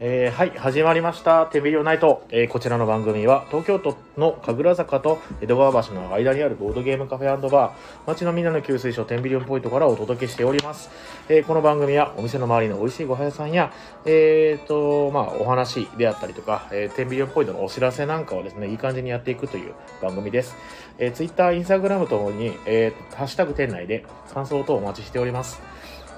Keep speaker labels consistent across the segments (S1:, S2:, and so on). S1: えーはい、始まりました。テビリオナイト。えーこちらの番組は、東京都の神楽坂と江戸川橋の間にあるボードゲームカフェバー、街のみんなの給水所テンビリオンポイントからお届けしております。えーこの番組は、お店の周りの美味しいごはやさんや、えーと、まあ、お話であったりとか、えー、テンビリオンポイントのお知らせなんかをですね、いい感じにやっていくという番組です。えー、Twitter、Instagram ともに、えーハッシュタグ店内で感想等お待ちしております。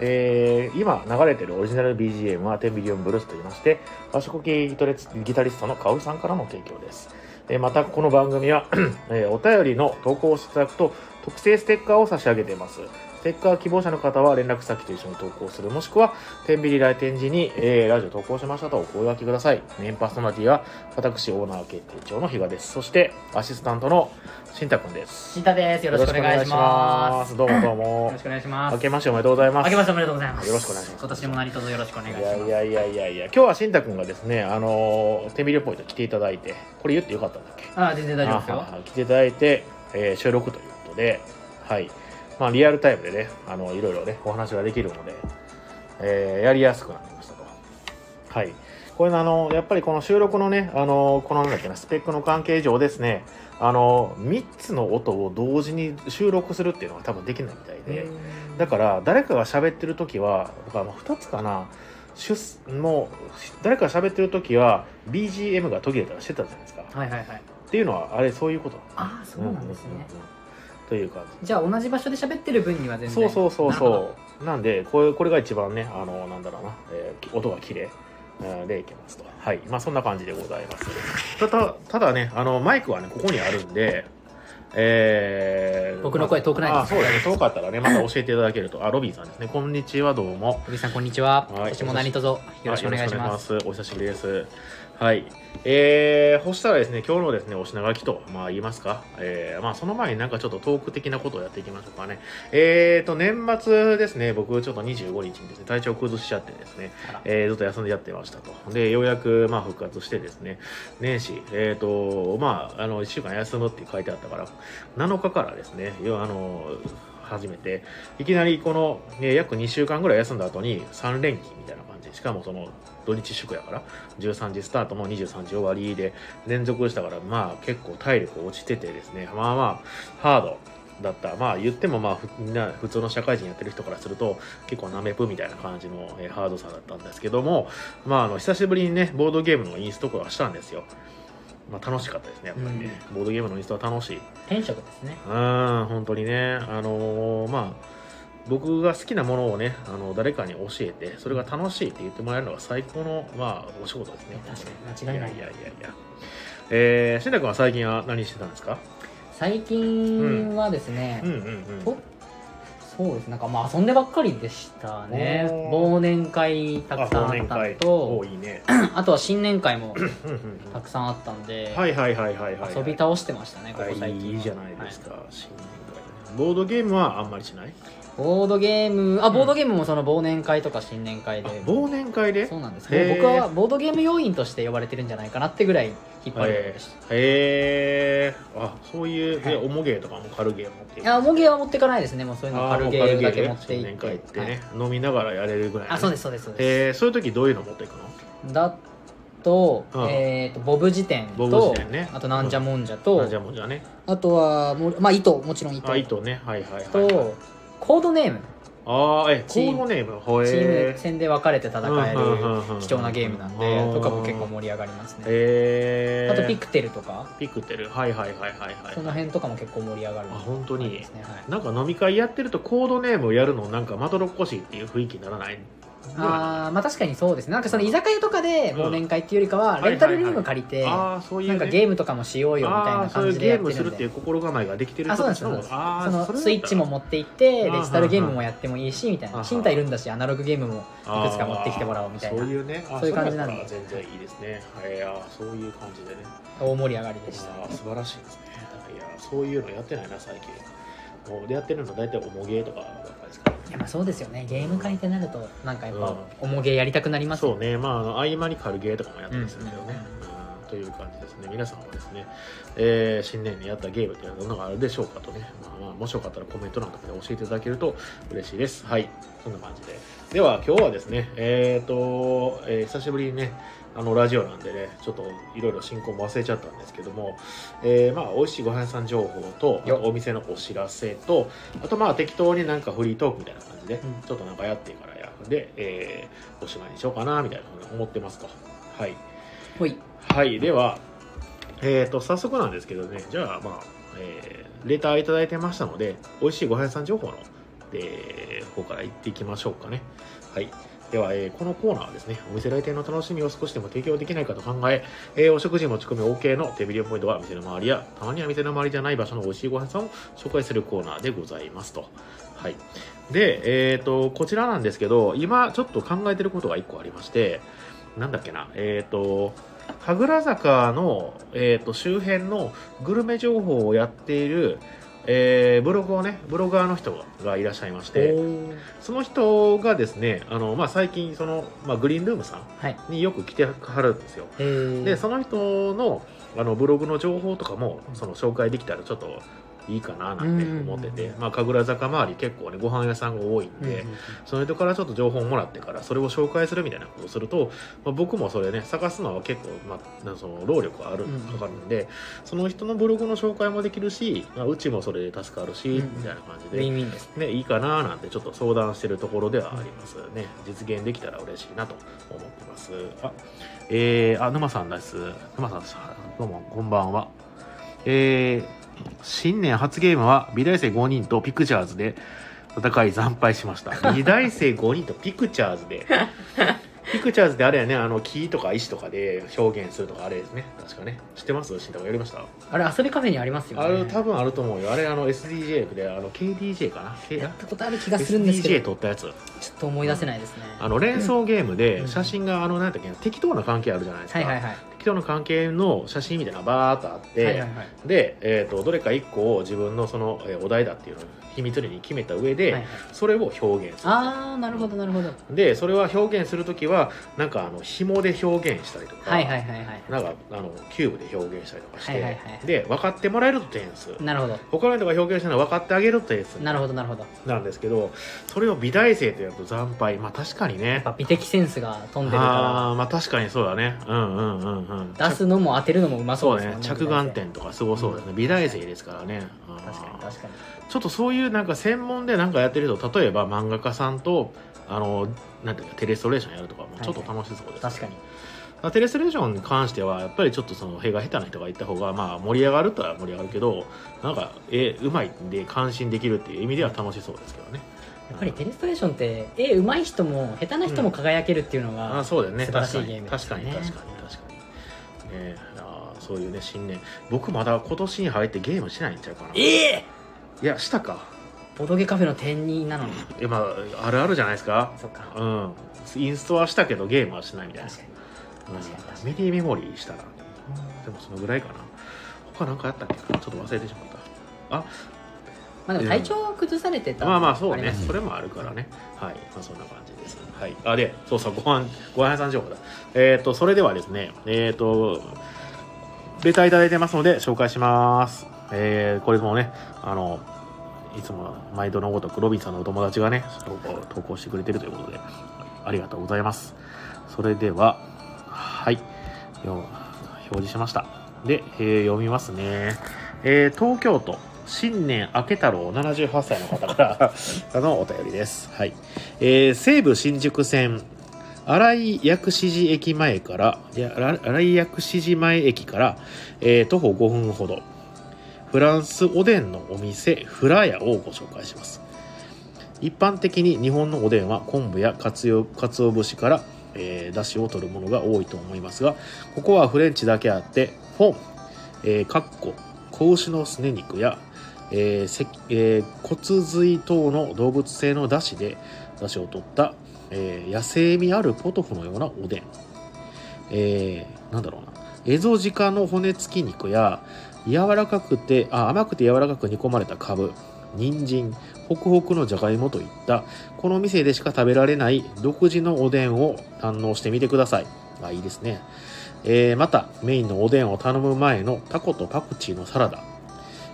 S1: えー今流れてるオリジナル BGM は10ビリオンブルースと言いまして、和食系ギタリスギタリストのカオルさんからの提供です。えーまたこの番組は、 えーお便りの投稿をしていただくと特製ステッカーを差し上げています。ステッカー希望者の方は連絡先と一緒に投稿する、もしくは、天ビリ来店時に、えーラジオ投稿しましたとお声掛けください。メインパーソナリティは、私、オーナー決定長の比嘉です。そして、アシスタントの慎太くんです。
S2: 新田です。よろしくお願いします。
S1: よろしくお願いしますどうもどう
S2: よ
S1: も
S2: ろし。くお願いします。
S1: 明けましておめでとうございます。
S2: 明けましておめでとうございます。
S1: よろしくお願いします
S2: 今年も何卒よろしくお願いします。
S1: いやいやいやいやいや今日は慎太君がですねあのー手見るポイント来ていただいてこれ言ってよかったんだっけ
S2: ああ、全然大丈夫です
S1: あは
S2: よ。
S1: は来ていただいて、えー収録ということではいまあリアルタイムでねあのいろいろねお話ができるので、えーやりやすくなりましたとはいこれあのやっぱりこの収録のねあのこのなんだっけなスペックの関係上ですねあの3つの音を同時に収録するっていうのが多分できないみたいで、だから誰かが喋ってる時はだからまあ2つかな出すもう誰かが喋ってる時は BGM が途切れたらしてたじゃないですか、
S2: はいはいはい。
S1: っていうのはあれそういうこと
S2: ああ、そうなんです
S1: うんうんうん
S2: ね。
S1: という感
S2: じゃあ同じ場所で喋ってる分には全
S1: じ
S2: 然。
S1: そうそうそう
S2: なるほど
S1: そうなんでこれこれが一番ねあのなんだろうな、えー音が綺麗うんでいけますとはいまあそんな感じでございますただただねあのマイクはねここにあるんでえー、
S2: 僕の声遠くないです
S1: あそうだね遠かったらねまた教えていただけるとあロビンさんですねこんにちはどうも
S2: 小木さんこんにち
S1: は
S2: は。
S1: い
S2: 今年も何卒よろしくお願いします。
S1: はい。よろしくお願いしますお久しぶりです。はい。えー、そしたらですね、今日のですね、お品書きと、まあ言いますか。えー、まあその前になんかちょっとトーク的なことをやっていきましょうかね。えーと、年末ですね、僕ちょっと25日にですね、体調崩しちゃってですね
S2: あら、
S1: えー、ずっと休んでやってましたと。で、ようやく、まあ復活してですね、年始、えーと、まあ、あの、1週間休むって書いてあったから、7日からですね、よあの、始めて、いきなりこの、ね、約2週間ぐらい休んだ後に3連勤みたいな感じ。しかもその土日祝やから、13時スタートも23時終わりで連続したから、まあ結構体力落ちててですね、まあまあハードだった。まあ言ってもまあふみんな普通の社会人やってる人からすると結構ナメプみたいな感じのえーハードさだったんですけども、まああの久しぶりにね、ボードゲームのインストとかはしたんですよ。まあ楽しかったですね、やっぱりね。ボードゲームのインストは楽しい。
S2: 転職ですね。
S1: うん本当にねあのーまあ僕が好きなものをねあの誰かに教えてそれが楽しいって言ってもらえるのが最高のまあお仕事ですね
S2: 確かに間違いない
S1: いやいやいやいやえー、しん君は最近は何してたんですか
S2: 最近はですね
S1: うん、うんうん
S2: とそうですね。なんかまあ遊んでばっかりでしたね。
S1: おー
S2: 忘年会たくさんあ
S1: あ忘年
S2: った
S1: 会
S2: の
S1: お
S2: と
S1: ー、いいね
S2: あとは新年会も
S1: うんうん
S2: たくさんあったん
S1: う
S2: で
S1: ん、はいはいはいはいはい
S2: 遊び倒してましたね、ここ
S1: あ
S2: 最近はい
S1: いじゃないですか、新年会ボードゲームはあんまりしない
S2: ボードゲームあ
S1: ん
S2: ボードゲームもその忘年会とか新年会
S1: あ
S2: で
S1: 忘年会で
S2: そうなんです
S1: へ
S2: ね
S1: ー
S2: 僕はボードゲーム要員として呼ばれてるんじゃないかなってぐらい引っ張るよう
S1: へ
S2: でした、
S1: えあそういう、
S2: はい
S1: え重ゲーとかも軽ゲーも持ってい
S2: いやもげは持ってかないですねもうそういうの軽ゲームだけ持ってい
S1: 新
S2: っ
S1: 年
S2: て
S1: 会ってね、
S2: はい
S1: 飲みながらやれるぐらい、ね、
S2: あそうですすそうですそうで
S1: えー、そういう時どういうの持っていくの
S2: すだと,、
S1: うん
S2: えー、とボブ辞典
S1: ボブ
S2: と
S1: 辞典ね
S2: あとなんじゃもんじゃと、
S1: あじゃあもうじゃあね
S2: あとはもうまあ糸もちろん糸
S1: あ糸ねはいはいはい
S2: と、コードネーム
S1: ああえコ
S2: チー
S1: ー
S2: ム
S1: ドネームほ
S2: チー
S1: え
S2: ム戦で分かれて戦え
S1: うんうんうんうん
S2: る貴重なゲームなん
S1: あー
S2: でとかも結構盛り上がりますね
S1: えー、
S2: あとピクテルとか、
S1: ピクテルはいはいはいはいはい
S2: その辺とかも結構盛り上がる
S1: あ本当に
S2: ですね、はい、
S1: なんか飲み会やってるとコードネームをやるのなんかまどろっこしいっていう雰囲気にならない
S2: あーまあ確かにそうですねなんかその居酒屋とかで
S1: うん
S2: 忘年会っていうよりかは
S1: はいはい
S2: レンタルルーム借りて、
S1: ああそういう、ね、
S2: なんかゲームとかもしようよみたい
S1: ああ
S2: な
S1: ーそう
S2: 感
S1: いう
S2: じで
S1: ゲ
S2: やっ
S1: ーム
S2: て
S1: す
S2: る
S1: る
S2: ん
S1: ってい
S2: で
S1: う心構えができてる
S2: あそうなんです
S1: 人たちのあー
S2: そのスイッチも持って行っ
S1: あ
S2: て
S1: ー
S2: デジタルゲーム
S1: は
S2: も
S1: い
S2: やってもいいしみたい
S1: あ
S2: な
S1: ー
S2: 身体いるんだしアナログゲームもいくつか持ってきてもらおうみたいな
S1: あーそういうねあ
S2: そういう感じなんで
S1: そだったら全然いいですねはいあーそういう感じでね
S2: 大盛り上がり
S1: あ
S2: でした
S1: ー素晴らしいですねいやーそういうのやってないな最近もうでやってるの大体おもげとかばっかりですからね
S2: いやまあそうですよねゲーム会ってなるとなんかやっぱ重げやりたくなります
S1: そ
S2: よ
S1: う
S2: ね
S1: ねまああの合間に軽ゲーとかもやったりするけどね
S2: うんう
S1: う
S2: ん
S1: んという感じですね。皆さんはですね、えー新年にやったゲームってどんなのがあるでしょうかとね、まあまあ、もしよかったらコメント欄とかで教えていただけると嬉しいです。はい、そんな感じで。では、今日はですね、えっ、と、えー久しぶりにね、あのラジオなんでね、ちょっといろいろ進行も忘れちゃったんですけども、えーまあ、美味しいご飯屋さん情報と、あ
S2: よ
S1: とお店のお知らせと、あとまあ適当になんかフリートークみたいな感じで、
S2: うん
S1: ちょっとなんかやってからやるんで、えーおしまいにしようかな、みたいなふうに思ってますと。はい。
S2: ほい
S1: はい、では、えー、と早速なんですけどね、じゃあ、まあえーレターいただいてましたので、美味しいごはん屋さん情報の、えー方から行っていきましょうかね。はいでは、えーこのコーナーはですね、お店来店の楽しみを少しでも提供できないかと考え、えーお食事持ち込み OK の手ビリオポイントは店の周りや、たまには店の周りじゃない場所の美味しいご飯屋さんを紹介するコーナーでございますと。はい。で、えっ、と、こちらなんですけど、今ちょっと考えてることが一個ありまして、なんだっけな、えっ、と、神楽坂の、えー、と周辺のグルメ情報をやっている、えーブログをねブロガーの人がいらっしゃいまし
S2: お
S1: て
S2: ー
S1: その人がですねあの、まあ、最近その、まあ、グリーンルームさ
S2: はい
S1: んによく来てはるんですよ
S2: えー
S1: でその人のあのブログの情報とかもその紹介できたらちょっといいかななんて思ってて、
S2: うん
S1: まあ、神楽坂周り結構ねご飯屋さんが多いん
S2: うんう
S1: で、
S2: んうん
S1: その人からちょっと情報をもらってからそれを紹介するみたいなことをすると、まあ、僕もそれね探すのは結構、まあ、なんかその労力がある
S2: うん
S1: かかるんで、その人のブログの紹介もできるし、まあ、うちもそれで助かるし、
S2: うん
S1: みたいな感じ
S2: ウ
S1: で
S2: ィンウィンです
S1: ね、いいかななんてちょっと相談してるところではありますね。実現できたら嬉しいなと思ってます。あ、えー、あ、沼さんです。沼さんです。どうも、こんばんは。えー、新年初ゲームは美大生5人とピクチャーズで戦い惨敗しま した。美大生5人とピクチャーズ で。ピクチャーズであれやね、あの木とか石とかで表現するとかあれですね。確かね。知ってます慎太郎やりました
S2: あれ遊びカフェにありますよ
S1: あれ
S2: ね
S1: 多分あると思うよ。あれあの SDJ で、あの KDJ かな。K-
S2: やったことある気がするんです
S1: SDJ
S2: けど
S1: 撮ったやつ
S2: ちょっと思い出せないですね
S1: あの連想ゲーム
S2: う
S1: で
S2: ん
S1: 写真があの何だっけな適当な関係あるじゃないですか、
S2: はいはいはい
S1: 適当な関係の写真みたいなのがバーッとあって、
S2: はいはいはい
S1: で、えー、とどれか1個を自分のそのえーお題だっていうのを秘密裏に決めた上で、
S2: はいはい
S1: それを表現する
S2: ああなるほどなるほど
S1: でそれは表現する時はなんかあの紐で表現したりとか、
S2: はいはいはいはい
S1: なんかあのキューブで表現したりとかして、
S2: はいはいはい
S1: で分かってもらえると点数
S2: なるほど
S1: 他の人が表現したのは分かってあげると点数
S2: なるほどなるほど
S1: なんですけどそれを美大生とやると惨敗まあ確かにね
S2: やっぱ美的センスが飛んでるか
S1: ああーまあ確かにそうだねうんうんうんうん
S2: ら出すのも当てるのもうま
S1: そ
S2: そううです
S1: ね
S2: もんね
S1: 着眼点とかすごそうだね、
S2: うん
S1: 美大生ですからね
S2: 確かに
S1: あー
S2: 確かに
S1: ちょっとそういうなんか専門でなんかやってる人例えば漫画家さんとあのなんていうかテレストレーションやるとかもちょっと楽しそうです、
S2: 確かに
S1: にテレストレーションに関してはやっぱりちょっとその屁が下手な人が行った方がまあ盛り上がるとは盛り上がるけどなんかえうまいんで感心できるっていう意味では楽しそうですけどね
S2: やっぱりテレストレーションって絵上手い人も下手な人も輝けるっていうのが、
S1: あそうだよね
S2: 素晴ら
S1: 確
S2: し
S1: か
S2: いゲー
S1: に
S2: ムで
S1: 確
S2: す
S1: か
S2: よね
S1: に確かに確かにねあーそういうね新年僕まだ今年に入ってゲームしないんちゃうかな
S2: え
S1: い
S2: え
S1: やしたか
S2: ボドゲカフェの店員なのに
S1: いやまああるあるじゃないですか
S2: そっか
S1: うんインストはしたけどゲームはしないみたいな
S2: 確かに
S1: うん
S2: 確かに確かに
S1: メディメモリーしたらでもそのぐらいかな他なんかあったっけなちょっと忘れてしまった
S2: まあでも体調が崩されてた
S1: まあまあそう
S2: りま
S1: ね
S2: す
S1: それもあるからねはいまあそんな感じですはいあでそうそうご飯ご飯屋さん情報だえっ、とそれではですねえっ、とレターいただいてますので紹介しますえーこれもねあのいつも毎度のごとくロビンさんのお友達がね投稿投稿してくれてるということでありがとうございますそれでははいよ表示しましたで、えー読みますねえー東京都新年明け太郎78歳の方からあのお便りです、はいえー西武新宿線新井薬師寺駅前からいやら新井薬師寺前駅から、えー徒歩5分ほどフランスおでんのお店フラヤをご紹介します一般的に日本のおでんは昆布やかつおかつお節から、えー、だしを取るものが多いと思いますがここはフレンチだけあってフォン、えー、かっこ子牛のすね肉や、えーせえー骨髄等の動物性のだしでだしを取った、えー野生味あるポトフのようなおでん、えーなんだろうな蝦夷鹿の骨付き肉や柔らかくてあ甘くて柔らかく煮込まれたかぶ人参ホクホクのじゃがいもといったこの店でしか食べられない独自のおでんを堪能してみてくださいあいいですねえーまたメインのおでんを頼む前のタコとパクチーのサラダ、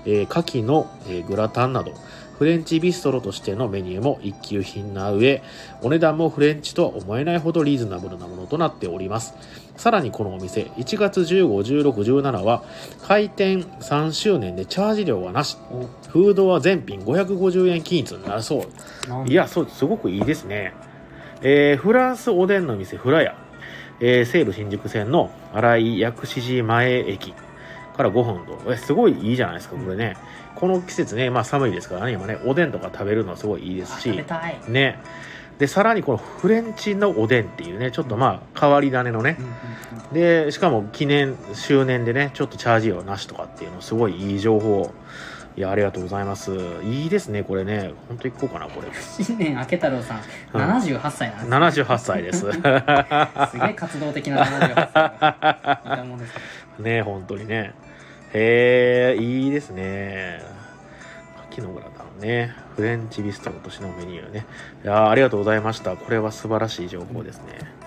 S1: えー、牡蠣の、えーグラタンなどフレンチビストロとしてのメニューも一級品な上お値段もフレンチとは思えないほどリーズナブルなものとなっておりますさらにこのお店1月15、16、17は開店3周年でチャージ料はなしフードは全品550円均一になるそう
S2: なん
S1: いや、そう、すごくいいですね。えーフランスおでんの店、フラヤ。えー西武新宿線の新井薬師寺前駅から5分と。えすごいいいじゃないですか、これね。この季節ね、まあ寒いですからね、今ね、おでんとか食べるのすごいいいです
S2: あ食
S1: し
S2: べ。たい、
S1: ね。で、さらにこのフレンチのおでんっていうね、ちょっとまあ変わり種のね
S2: う。んうん
S1: で、しかも記念、周年でね、ちょっとチャージ料なしとかっていうの、すごいいい情報。いや、ありがとうございます。いいですね、これね。ほんと行こうかな、これ。
S2: うん、新年明け太郎さん、
S1: うん
S2: 78歳なんで
S1: 78歳です
S2: すすげえ活動的な78歳がいたもんですね
S1: ね本当にねへえいいですね秋のグラタンねフレンチビストロとしてのメニューねいやーありがとうございましたこれは素晴らしい情報ですね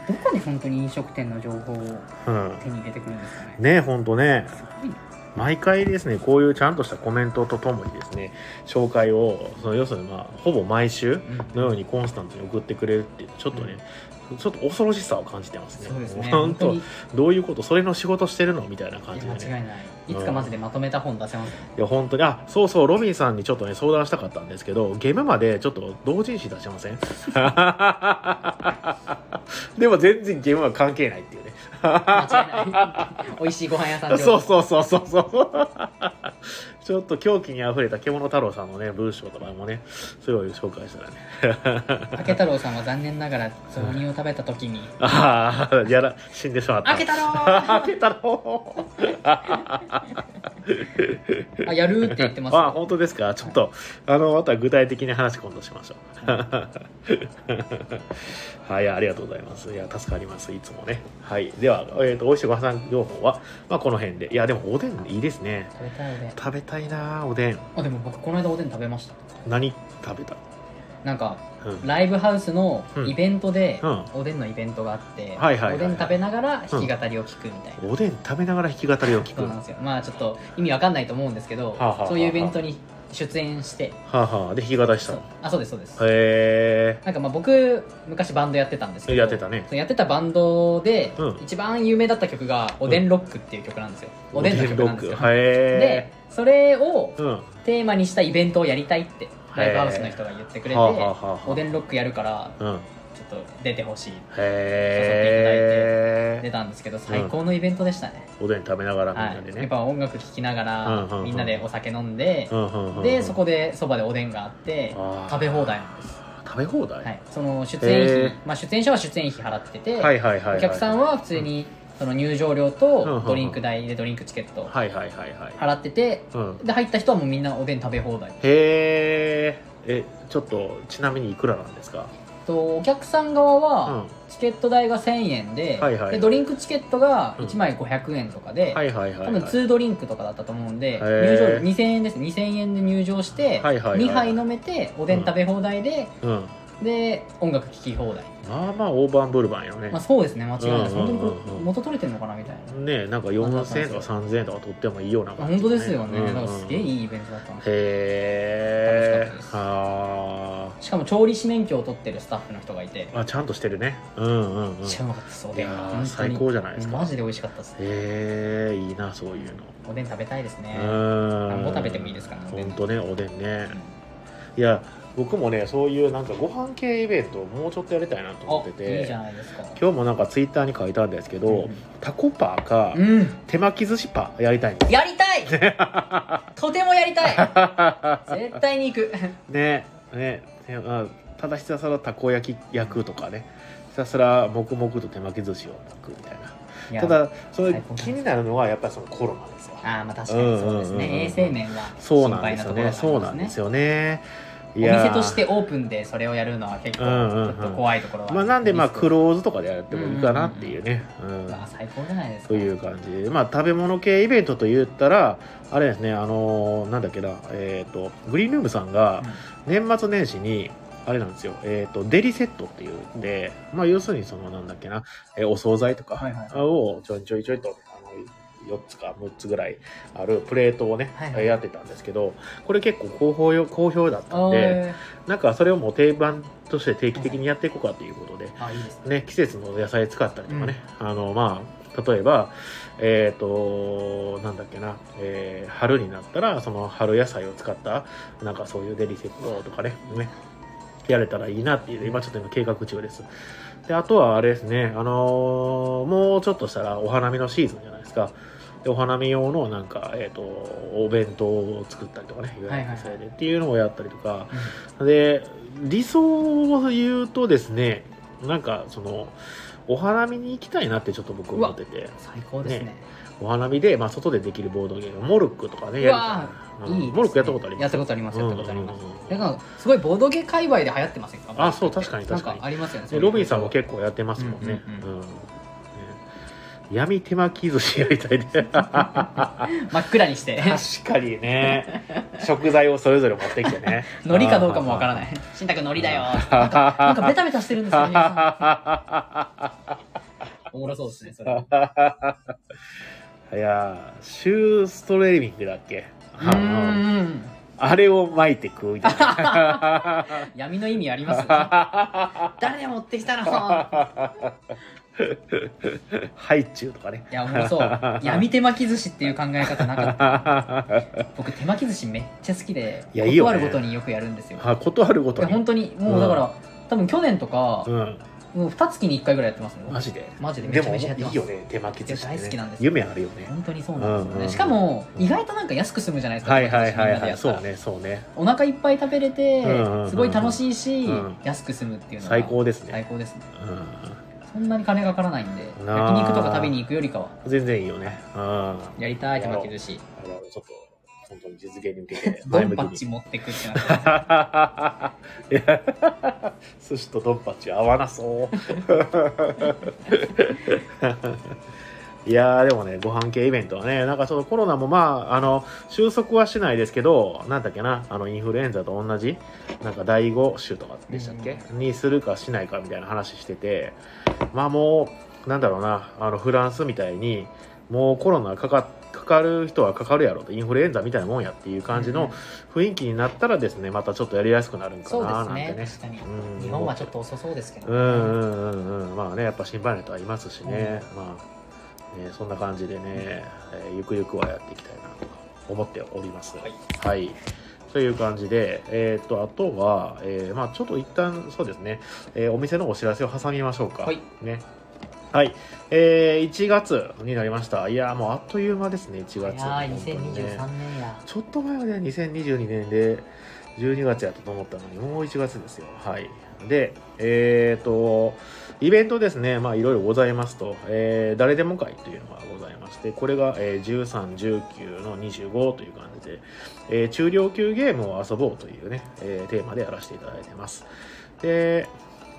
S2: どこで本当に飲食店の情報を
S1: うん
S2: 手に入れてくるんですかね
S1: ね本当ね
S2: すごいな
S1: 毎回ですねこういうちゃんとしたコメントとともにですね紹介をその要するにまあほぼ毎週のようにコンスタントに送ってくれるっていうちょっとね、ちょっと恐ろしさを感じてますね
S2: そうですね
S1: 本
S2: 本当
S1: 当
S2: に
S1: どういうことそれの仕事してるのみたいな感
S2: い
S1: じ
S2: や
S1: でね
S2: 間違いないいつかマジでまとめた本出 せますね
S1: いや本当にあそうそうロビンさんにちょっとね相談したかったんですけどゲームまでちょっと同人誌出しません でも全然ゲームは関係ないっていうね
S2: 間違いない美味しいご飯屋さんで
S1: そうそうそうそうそう ちょっと狂気にあふれた獣太郎さんのね文章とかもねそれを紹介したらね
S2: 明け太郎さんは残念ながら雑煮を食べた時に
S1: ああやら死んでしま
S2: 「
S1: った
S2: 明け太郎
S1: あ 開けたろう
S2: あやる!」って言ってま す
S1: あ本当ですかちょっと、あのまた具体的に話今度しましょう はいありがとうございますいや助かりますいつもねはいでは、えー、とおいしいご飯情報は、まあ、この辺でいやでもおでんいいですね
S2: 食べた
S1: 食べた
S2: いおでん
S1: いなおでん
S2: あでも僕この間おでん食べました
S1: 何食べた
S2: なんか
S1: うん
S2: ライブハウスのイベントで、
S1: うん
S2: おでんのイベントがあって、
S1: はいはいはいはい
S2: おでん食べながら弾き語りを聞くみたいな、
S1: おでん食べながら弾き語りを聞く
S2: そうなん
S1: は
S2: ですよまあちょっと意味わかんないと思うんですけど、
S1: はあはあはあ
S2: そういうイベントに出演して
S1: あ、はあ、で弾き語りした
S2: そ
S1: の
S2: うあそうですそうです、
S1: へえ
S2: なんかまあ僕昔バンドやってたんですけど
S1: やってたね
S2: そうやってたバンドで、
S1: うん
S2: 一番有名だった曲が「おでんロック」っていう曲なんですよ、おでんの曲なんですよ
S1: おでんロックへ
S2: でそれを
S1: えうんは
S2: テーマにしたイベントをやりたいってライブハウスの人が言ってくれて、
S1: あはあはあはあ
S2: おでんロックやるから
S1: うんへ
S2: ちょっと出てほしい出
S1: え
S2: たんですけど最高のイベントでしたね、
S1: おでん食べながらみん
S2: は
S1: なで
S2: い、
S1: ね、
S2: やっぱ音楽聴きながら、
S1: うんうんうん
S2: みんなでお酒飲んで、
S1: うんうんうん、
S2: でそこでそばでおでんがあって
S1: あー
S2: 食べ放題なんです、
S1: 食べ放題、
S2: はい、その出演費、
S1: へー
S2: まあ、出演者は出演費払ってて、
S1: はいはいはいはい
S2: お客さんは普通にその入場料
S1: うんうんう
S2: と
S1: ん
S2: ドリンク代でドリンクチケット
S1: はいはいはいはい
S2: 払ってて
S1: うん
S2: で入った人はもうみんなおでん食べ放題
S1: へーえちょっとちなみにいくらなんですか
S2: とお客さん側
S1: う
S2: は
S1: ん
S2: チケット代が1000円で,、
S1: はいはいはい
S2: でドリンクチケットが1枚500円とかで、
S1: はいはいはい
S2: 多
S1: は
S2: 分
S1: い
S2: 2ドリンクとかだったと思うんで、
S1: ー
S2: 入場料2000円です2000円で入場して、
S1: はいはいはい
S2: 2杯飲めておでん食べ放題で、
S1: うん
S2: で音楽聴き放題、
S1: まあまあ大盤ブルバンよね、
S2: まあ、そうですね間違いないです、
S1: うんうんうんうん
S2: 本当にこれ元取れてるのかなみたいな、
S1: ねなんか4000円とか3000円とか取ってもいいような
S2: あ
S1: 感じ、
S2: 本当ですよね、
S1: うんうん
S2: だからすげえいいイベントだったんですよ
S1: へ
S2: 楽しかったです
S1: ーあ
S2: しかも調理師免許を取ってるスタッフの人がいて、
S1: ーあちゃんとしてるねうんうんうんへ
S2: 知らなかったですおでんが
S1: いやー
S2: 本当に
S1: 最高じゃないですか
S2: マジで美味しかったです
S1: えいいなそういうの、
S2: おでん食べたいですね、
S1: うん
S2: 何個食べてもいいですからねおでん
S1: 本当ねおでんね、いや僕もねそういうなんかご飯系イベントをもうちょっとやりたいなと思って
S2: あいい
S1: て
S2: じゃないですか
S1: 今日もなんかツイッターに書いたんですけど、タコパーか、
S2: うん、うん
S1: 手巻き寿司パーやりたいんです
S2: やりたいとてもやりたい絶対に行く
S1: ねねねあただひたすらたこ焼き焼くとかねひたすら黙々と手巻き寿司を巻くみたい
S2: い
S1: な
S2: や
S1: ただそれ
S2: 最高です
S1: 気になるのはやっぱりそのコロナですよ
S2: ああまあ確かにそうですね、
S1: うんうんうんうん
S2: 衛生面は
S1: そう
S2: 心
S1: なん
S2: 配
S1: で
S2: な
S1: す
S2: と
S1: よ
S2: ころがあり
S1: ね
S2: ます
S1: そ
S2: ね
S1: うなんですよね
S2: お
S1: いやー
S2: 店としてオープンでそれをやるのは結構
S1: うんうんうん
S2: ちょっと怖いところは、
S1: まあ、なんでまあク
S2: 黒
S1: ローズとかでやってもいいかなっていうね、うん
S2: まあ最高じゃないです
S1: と
S2: か
S1: いう感じで、まあ、食べ物系イベントと言ったらあれですねあのーなんだっけなえっ、とグリーンルームさんが
S2: うん
S1: 年末年始に、あれなんですよ、えっとデリセットっていうんで、まあ、要するにそのなんだっけな、えーお惣菜とか
S2: はいはい
S1: をちょいちょいちょいとあの4つか6つぐらいあるプレートをね、
S2: はいはい
S1: やってたんですけどこれ結構好評よ好評だった
S2: あ
S1: んで
S2: ー
S1: なんかそれをもう定番として定期的にやっていこうかということで、
S2: あいいですね
S1: ね、季節の野菜使ったりとかね、あのまあ例えばえっ、となんだっけな、えー春になったらその春野菜を使ったなんかそういうデリセットとかねねやれたらいいなっていう今ちょっと今計画中ですであとはあれですねあのーもうちょっとしたらお花見のシーズンじゃないですかでお花見用のなんか、えー、とお弁当を作ったりとかね予
S2: はいはい
S1: 約されてっていうのをやったりとか、で理想を言うとですねなんかそのお花見に行きたいなってちょっと僕思ってて
S2: 最高ですね
S1: お花見で、まあ、外でできるボードゲームモルックとかね
S2: うわ
S1: やりたい
S2: い
S1: なうん
S2: いですね
S1: モルックやったことあり
S2: や
S1: ま
S2: っ
S1: す
S2: たことありますやったことあります
S1: うん
S2: なんかすごいボードゲー界隈で流行ってませんか
S1: あそう確かに確か
S2: なん
S1: に
S2: かありますよね
S1: でロビンさんも結構やってますもんね
S2: うんう
S1: うんね闇手巻き寿司やりたいで確か
S2: 構真っ暗 にして
S1: にね食材をそれぞれ持ってきて ね
S2: ノリかどうかもわから
S1: い
S2: ない新宅ノ リだよなんかなんかベタベタしてるんですよね皆さんおもろそうですねそ れ
S1: いやーシューストレーミングだっけ
S2: うーん
S1: あれを巻いて食うみたいな
S2: 闇の意味あります ね誰持ってきたの い
S1: ハイチュウとかね
S2: やおもろそう闇手巻き寿司っていう考え方な かった僕手巻き寿司めっちゃ好きで
S1: いやいいよね
S2: 断るごとによくやるん ですよ
S1: あ断るごと
S2: いや
S1: に
S2: 本当にもうだから、多分去年とか、
S1: うん
S2: もう2月に1回ぐらいやってますね
S1: マジで
S2: マジでめ
S1: で
S2: ちゃ
S1: も
S2: めちゃやって
S1: い
S2: ま
S1: い
S2: す
S1: よね手巻き寿司ってね
S2: いや大好きなんですよ
S1: 夢あるよね
S2: 本当にそうなんですよね、
S1: うんうん
S2: しかも意外となんか安く済むじゃないですか、
S1: はいはいはい
S2: みんな
S1: は
S2: でや
S1: い
S2: ったら
S1: そうねそうね
S2: お腹いっぱい食べれて、
S1: うんうんうん
S2: すごい楽しいし、
S1: うん
S2: 安く済むっていうのが
S1: 最高ですね
S2: 最高ですね
S1: う
S2: そんなに金がかからないんで
S1: なあ
S2: 焼肉とか食べに行くよりかは
S1: ん全然いいよねうん
S2: やりたい手巻き寿司
S1: あのちょっと本当に実現に向けて
S2: ド
S1: 前
S2: ン
S1: 向き
S2: パッ
S1: に
S2: チ持ってくってな
S1: いや寿司とドンパチ合わなそう いやーでもねご飯系イベントはねなんかちょっとコロナもまああの収束はしないですけどなんだっけなあのインフルエンザと同じなんか第5週とかでしたっけ、にするかしないかみたいな話しててまあもうなんだろうなあのフランスみたいにもうコロナかかかかる人はかかるやろとインフルエンザみたいなもんやっていう感じの、雰囲気になったらですねまたちょっとやりやすくなるんか
S2: そう
S1: ななんて
S2: で
S1: ね
S2: すね確か
S1: うん
S2: に日本はちょっと遅そうですけど、
S1: うんうんうんうんまあねやっぱ心配な人はいますしね、まあねそんな感じでね、えーゆくゆくはやっていきたいなと思っております
S2: はい
S1: はいという感じで、えー、とあとは、えーまあ、ちょっと一旦そうですね、えーお店のお知らせを挟みましょうか。
S2: はい
S1: ねはいえー1月になりました。いやー、もうあっという間ですね、1月。
S2: いやー
S1: 本当にね
S2: 2023年や
S1: ちょっと前までは2022年で12月やったと思ったのにもう1月ですよ。はい。で、えっ、と、イベントですね、まあいろいろございますと、えー誰でも会というのがございまして、これが、えー13、19の25という感じで、えー中量級ゲームを遊ぼうというね、えーテーマでやらせていただいてます。で、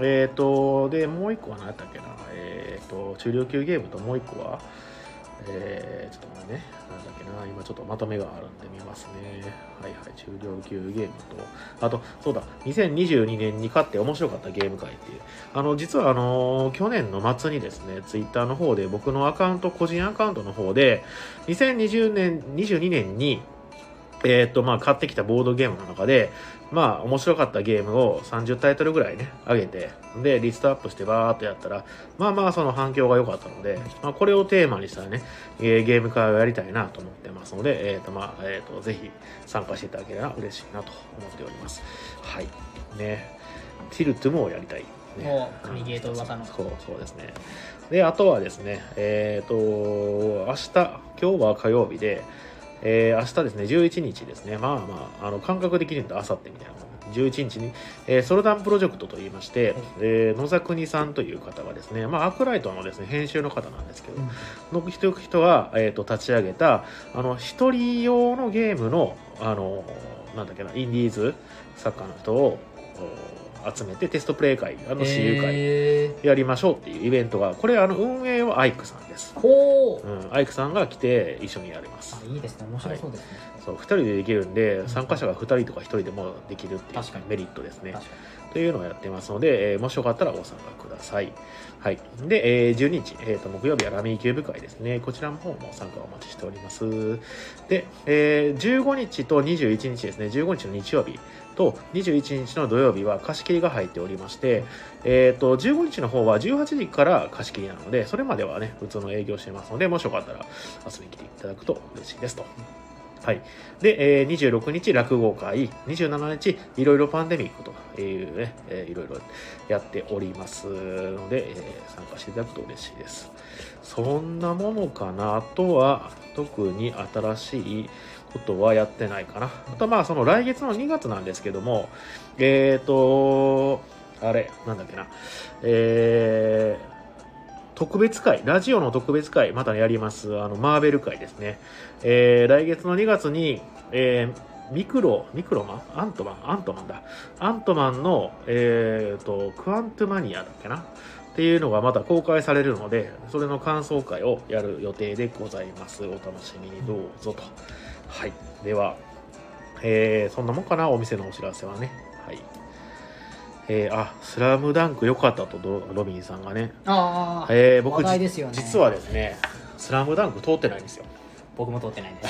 S1: えっ、と、で、もう一個は何やったっけな、えっ、と、中量級ゲームともう一個は、えーちょっと待ってね、なんだっけな、今ちょっとまとめがあるんで見ますね。はいはい、中量級ゲームと、あと、そうだ、2022年に勝って面白かったゲーム会っていう、あの、実はあのー去年の末にですね、ツイッターの方で、僕のアカウント、個人アカウントの方で、2020年、22年に、えっ、と、まあ、買ってきたボードゲームの中で、まあ、面白かったゲームを30タイトルぐらいね、上げて、で、リストアップしてバーっとやったら、まあまあ、その反響が良かったので、まあ、これをテーマにしたね、えーゲーム会をやりたいなと思ってますので、えっ、と、まあ、えっ、と、ぜひ参加していただければ嬉しいなと思っております。はい。ね。ティルトゥもやりたい。ね
S2: もう神ゲーと噂の
S1: そう、そうですね。で、あとはですね、えっ、と、明日、今日は火曜日で、えー明日ですね、11日ですね、まあまあ、あの感覚的に言うと明後日みたいなもん、11日に、えーソルダンプロジェクトといいまして、えー野沢国さんという方がですね、まあ、アークライトのですね、編集の方なんですけど、の人人が、えー、と立ち上げたあの一人用のゲームのあのなんだっけなインディーズ作家の人をお集めてテストプレイ会あの私有会
S2: へ
S1: やりましょうっていうイベントがこれあの運営はアイクさんです、
S2: ーほう
S1: うん、アイクさんが来て一緒にやります
S2: あいいですね面白そうですね、
S1: そう2人でできるんで参加者が2人とか1人でもできるっていう
S2: 確かに
S1: メリットですね
S2: 確か
S1: というのをやってますので、えーもしよかったらご参加ください。はい。で、えー12日、えーと、木曜日はラミーキューブ会ですね。こちらの方も参加お待ちしております。で、えー15日と21日ですね。15日の日曜日と21日の土曜日は貸し切りが入っておりまして、えっ、と、15日の方は18時から貸し切りなので、それまではね、普通の営業してますので、もしよかったら遊びに来ていただくと嬉しいですと。はい。で、えー26日落語会、27日いろいろパンデミックというね、えーいろいろやっておりますので、えー参加していただくと嬉しいです。そんなものかな。あとは、特に新しいことはやってないかな。あとまあ、その来月の2月なんですけども、えっ、と、あれ、なんだっけな。えー特別会、ラジオの特別会、またやります。あの、マーベル会ですね。えー来月の2月に、えーミクロ、ミクロマンアントマンアントマンだ。アントマンの、えーと、クアントゥマニアだっけなっていうのがまた公開されるので、それの感想会をやる予定でございます。お楽しみにどうぞと。はい。では、えーそんなもんかな、お店のお知らせはね。はい。えーあ、スラムダンク良かったとロ、ロビンさんがね。
S2: ああ、
S1: えー僕、
S2: 話題ですよね
S1: 実はですね、スラムダンク通ってないんですよ。
S2: 僕も通ってな いで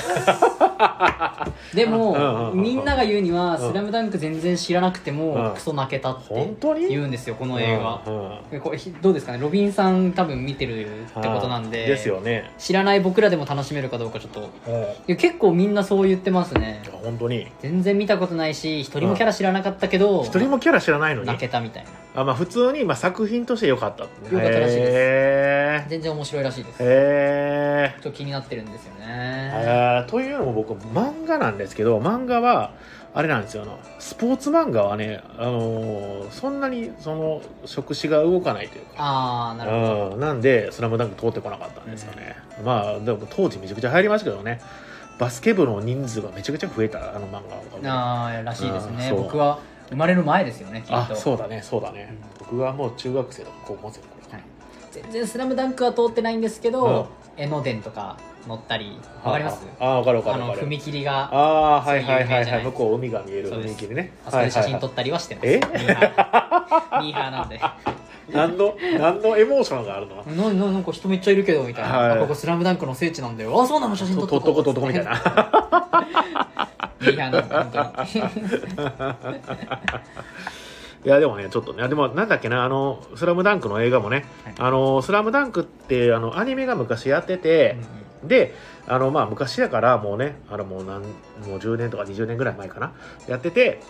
S2: すでも
S1: うんうんうんうん
S2: みんなが言うには「
S1: うん
S2: スラムダンク全然知らなくて
S1: う
S2: も
S1: ん
S2: クソ泣けたって
S1: 本当に
S2: 言うんですよこの映画
S1: うんうん
S2: えこれひどうですかねロビンさん多分見てるってことなんで
S1: ですよね。
S2: 知らない僕らでも楽しめるかどうかちょっと
S1: うん、い
S2: いや結構みんなそう言ってますね
S1: や本当に。
S2: 全然見たことないし一人もキャラ知らなかったけど
S1: 一人もキャラ知らないのに
S2: 泣。けたみたいな
S1: あまあ普通にまあ作品として良かったって。
S2: 良かったらしいです
S1: へ
S2: 全然面白いらしいで
S1: ー
S2: すちょ
S1: へ
S2: っと気になってるんですよ
S1: ー
S2: ね
S1: あーというのも僕漫画なんですけど漫画はあれなんですよあのスポーツ漫画はね、あのーそんなにその触手が動かないというか
S2: ああなるほど
S1: うんなんで「スラムダンク通ってこなかったんですよね、まあでも当時めちゃくちゃ流行りましたけどねバスケ部の人数がめちゃくちゃ増えたあの漫画は
S2: ああらしいです
S1: あー
S2: ね
S1: そう
S2: 僕は生まれる前ですよねきっと
S1: あそうだねそうだね、
S2: うん
S1: 僕はもう中学生とか高校生の頃
S2: はい全然「スラムダンクは通ってないんですけど江ノ電とか乗ったりわかります
S1: ああわかるわか
S2: あ
S1: るわ
S2: の
S1: かる
S2: 踏切が
S1: ああーはいはいは
S2: そういう有名
S1: い
S2: じゃ
S1: は
S2: ないい
S1: 向こう海が見える
S2: そうです
S1: 踏切ね
S2: あそこで写真撮
S1: っ
S2: ったりはしてます
S1: え
S2: ミーハー ミーハ ーなんで
S1: て何の何のエモーションがあるの
S2: なななんか人めっちゃいるけどみたいな、
S1: はい
S2: あここ「スラムダンクの聖地なんだよあそうなの写真撮っ
S1: とっとこうとっとこうみたいな
S2: いやなんか本当に
S1: いやでもねちょっとねでもなんだっけなあの「スラムダンクの映画もね
S2: はい
S1: 「あのスラムダンクってあのアニメが昔やってて、であのまあ昔だからもうねあのもうなんもう10年とか20年ぐらい前かなやってて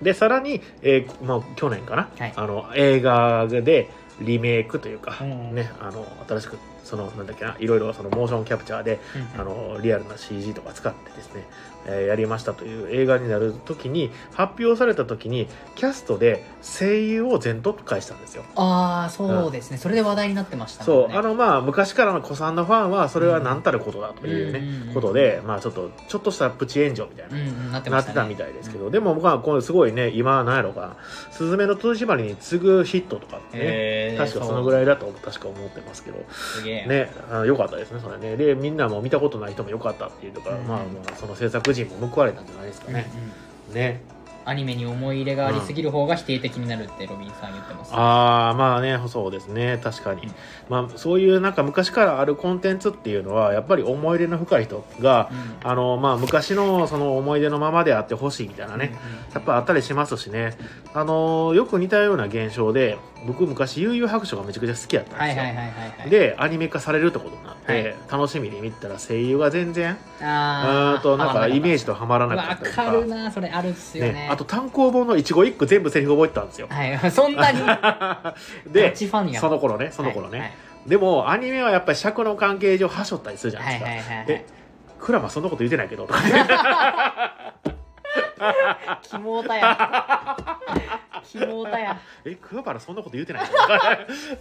S1: でさらに、えーまあ、去年かな、
S2: はい
S1: あの映画でリメイクというか、
S2: うんうん
S1: ね、あの新しくそのなんだっけないろいろそのモーションキャプチャーで
S2: うん
S1: あのリアルな CG とか使ってですね、えーやりましたという映画になる時に発表された時にキャストで声優を全特会したんですよ。
S2: ああそうですね、それで話題になってましたも
S1: そ
S2: ん
S1: う、
S2: ね
S1: あのまあ昔からの古参のファンはそれは何たることだというね、
S2: うん
S1: ことで、まあちょっと、ちょっとしたプチ炎上みたいな。
S2: うんうんなって
S1: な
S2: ま
S1: っ
S2: してた、ね、
S1: たみたいですけど、
S2: うん
S1: でも僕はこれすごいね今何やろうかな「すずめの戸締まり」に次ぐヒットとかってね、
S2: へー
S1: 確かそのぐらいだと確か思ってますけど
S2: そうすげえ、
S1: ねあの良かったですねそれねでみんなも見たことない人も良かったっていうとか、
S2: うん
S1: まあまあその制作陣も報われたんじゃないですか
S2: うんうん
S1: ね、ね
S2: アニメに思い入れがありすぎる方が否定的になるってロビンさん言ってます、
S1: ああまあねそうですね確かに、
S2: うん
S1: まあそういうなんか昔からあるコンテンツっていうのはやっぱり思い入れの深い人が、
S2: うん
S1: あのまあ昔のその思い出のままであってほしいみたいなね、やっぱあったりしますしねあのよく似たような現象で僕昔悠々白書がめちゃくちゃ好きやったん
S2: は
S1: で
S2: い
S1: すよ、
S2: はいはいはいはい
S1: でアニメ化されるってことになって、
S2: はい
S1: 楽しみに見たら声優が全然
S2: あ
S1: あーとなんかイメー
S2: ジ
S1: ジとはまらなか
S2: わ
S1: ったりとか
S2: かるなそれあるっすよね
S1: ねあと単行本の一語一句全部セリフ覚えてたんですよ
S2: はい、そんなにガ
S1: で
S2: チファンや
S1: その頃ねその頃ね、
S2: はい
S1: でもアニメはやっぱり尺の関係上はしょったりするじゃない
S2: は
S1: で
S2: い
S1: すか、
S2: はいはいはい
S1: でクラマそんなこと言ってないけどとかね
S2: キモータやキモータや
S1: え桑原そんなこと言うてないの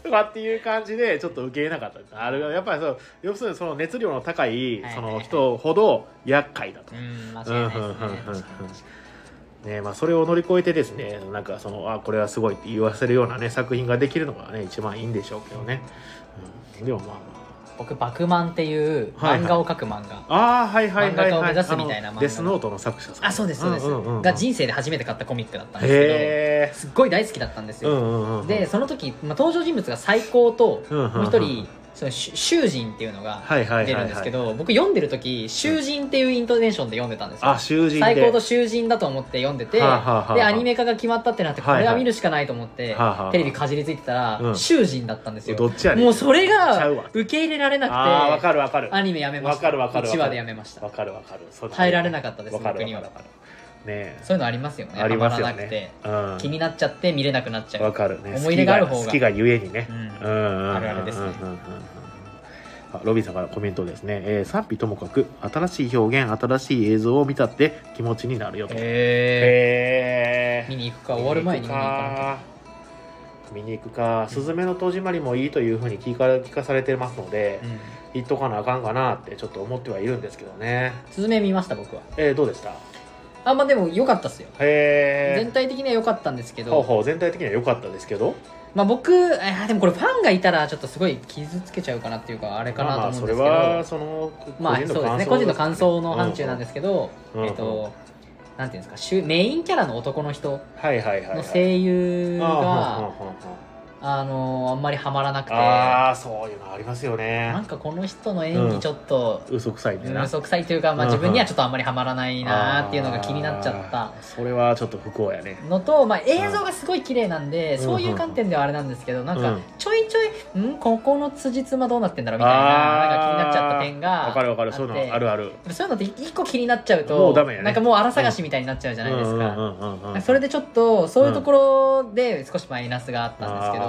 S1: とかっていう感じでちょっと受け入れなかったですあれはやっぱりそう要するにその熱量の高い
S2: はい
S1: その人ほど厄介だと、
S2: うん間違いないですね
S1: うんうんうんうん
S2: 確かに確か
S1: ねまあ、それを乗り越えてですねなんかそのあこれはすごいって言わせるようなね作品ができるのがね一番いいんでしょうけどね、うんでもまあまあ
S2: 僕「バクマン」っていう漫画を描く漫画
S1: ああはいはいはい
S2: 漫画家を
S1: は
S2: 目
S1: い
S2: 指すみたい
S1: あ
S2: な漫画
S1: のデスノートの作者さん
S2: あそうですそうです
S1: んんん
S2: が人生で初めて買ったコミックだったんですけ
S1: へえ
S2: どすっごい大好きだったんです
S1: うん
S2: よ
S1: うんうん
S2: でその時、まあ、登場人物が最高と
S1: うんうんうん
S2: もう一人そのし囚人っていうのが
S1: はいはいはいはい
S2: 出るんですけど僕読んでる時囚人っていうイントネーションで読んでたんですよ
S1: あ囚人で
S2: 最高と囚人だと思って読んでて、
S1: はあはあはあ
S2: でアニメ化が決まったってなってこ
S1: はいはい
S2: れは見るしかないと思って、
S1: はあはあ
S2: テレビかじりついてたら、
S1: うん
S2: 囚人だったんですよ
S1: どっちやねん
S2: もうそれ
S1: ちゃ
S2: が
S1: うわ
S2: 受け入れられなくて
S1: ああわかるわかる
S2: アニメやめました
S1: わかるわかるわかる
S2: 1話でやめました
S1: わかるわかるそっち
S2: 耐えられなかったです
S1: わかる
S2: 僕には
S1: わかるわかるね
S2: そういうのありますよね
S1: えありますよ
S2: ハマらなくて
S1: ね、うん
S2: 気になっちゃって見れなくなっちゃ
S1: わ
S2: う
S1: かるね
S2: 思い入れがある方が
S1: 好きがゆえにね
S2: うん
S1: うんうんうんうんうん
S2: あるあるですね
S1: うんうんうんあロビンさんからコメントですね、えー賛否ともかく新しい表現新しい映像を見たって気持ちになるよと
S2: へ
S1: へ
S2: え見に行くか終わる前に見に行か
S1: 見に行くか「すずめの戸締まり」もいいというふうに聞か聞かされてますので
S2: なきゃ、うん
S1: 行っとかなあかんかなってちょっと思ってはいるんですけどね
S2: スズメ見ました僕は
S1: えーどうでした
S2: あまあでも良かったっすよ
S1: へ
S2: 全
S1: え
S2: 体的には良かったんですけど
S1: ほうほう全体的には良かったですけど
S2: まあ、僕あでもこれファンがいたらちょっとすごい傷つけちゃうかなっていうかあれかな
S1: まあまあ
S2: と思うん
S1: それ
S2: ですけど、
S1: はその
S2: まあそうですね個人の感想の範疇なんですすけど、
S1: うんうん
S2: えっとなんていうんですか主メインキャラの男の人
S1: けどはいはいはいはい
S2: の声優が、
S1: あーほんほんほんほん
S2: あのーあんまりハマらなくて
S1: あーそういうのありますよね
S2: なんかこの人の演技ちょっと
S1: 嘘くさいねな
S2: 嘘くさいというか、まあ、
S1: うんうん
S2: 自分にはちょっとあんまりハマらないなーっていうのが気になっちゃった
S1: あーそれはちょっと不幸やね
S2: のと、まあ、映像がすごい綺麗なんで、
S1: うん
S2: そういう観点ではあれなんですけどなん
S1: う
S2: か
S1: ん
S2: ちょいちょいんここの辻褄どうなってんだろうみたいななんか気になっちゃった点が
S1: わかるわかるそういう
S2: あって
S1: のあるある
S2: そういうのって一個気になっちゃうと
S1: もうダメやね
S2: なんかもう荒探しみたいになっちゃうじゃないですか、
S1: うんうんうんうんうん
S2: それでちょっとそういうところで少しマイナスがあったんですけ
S1: あ
S2: ど、
S1: ー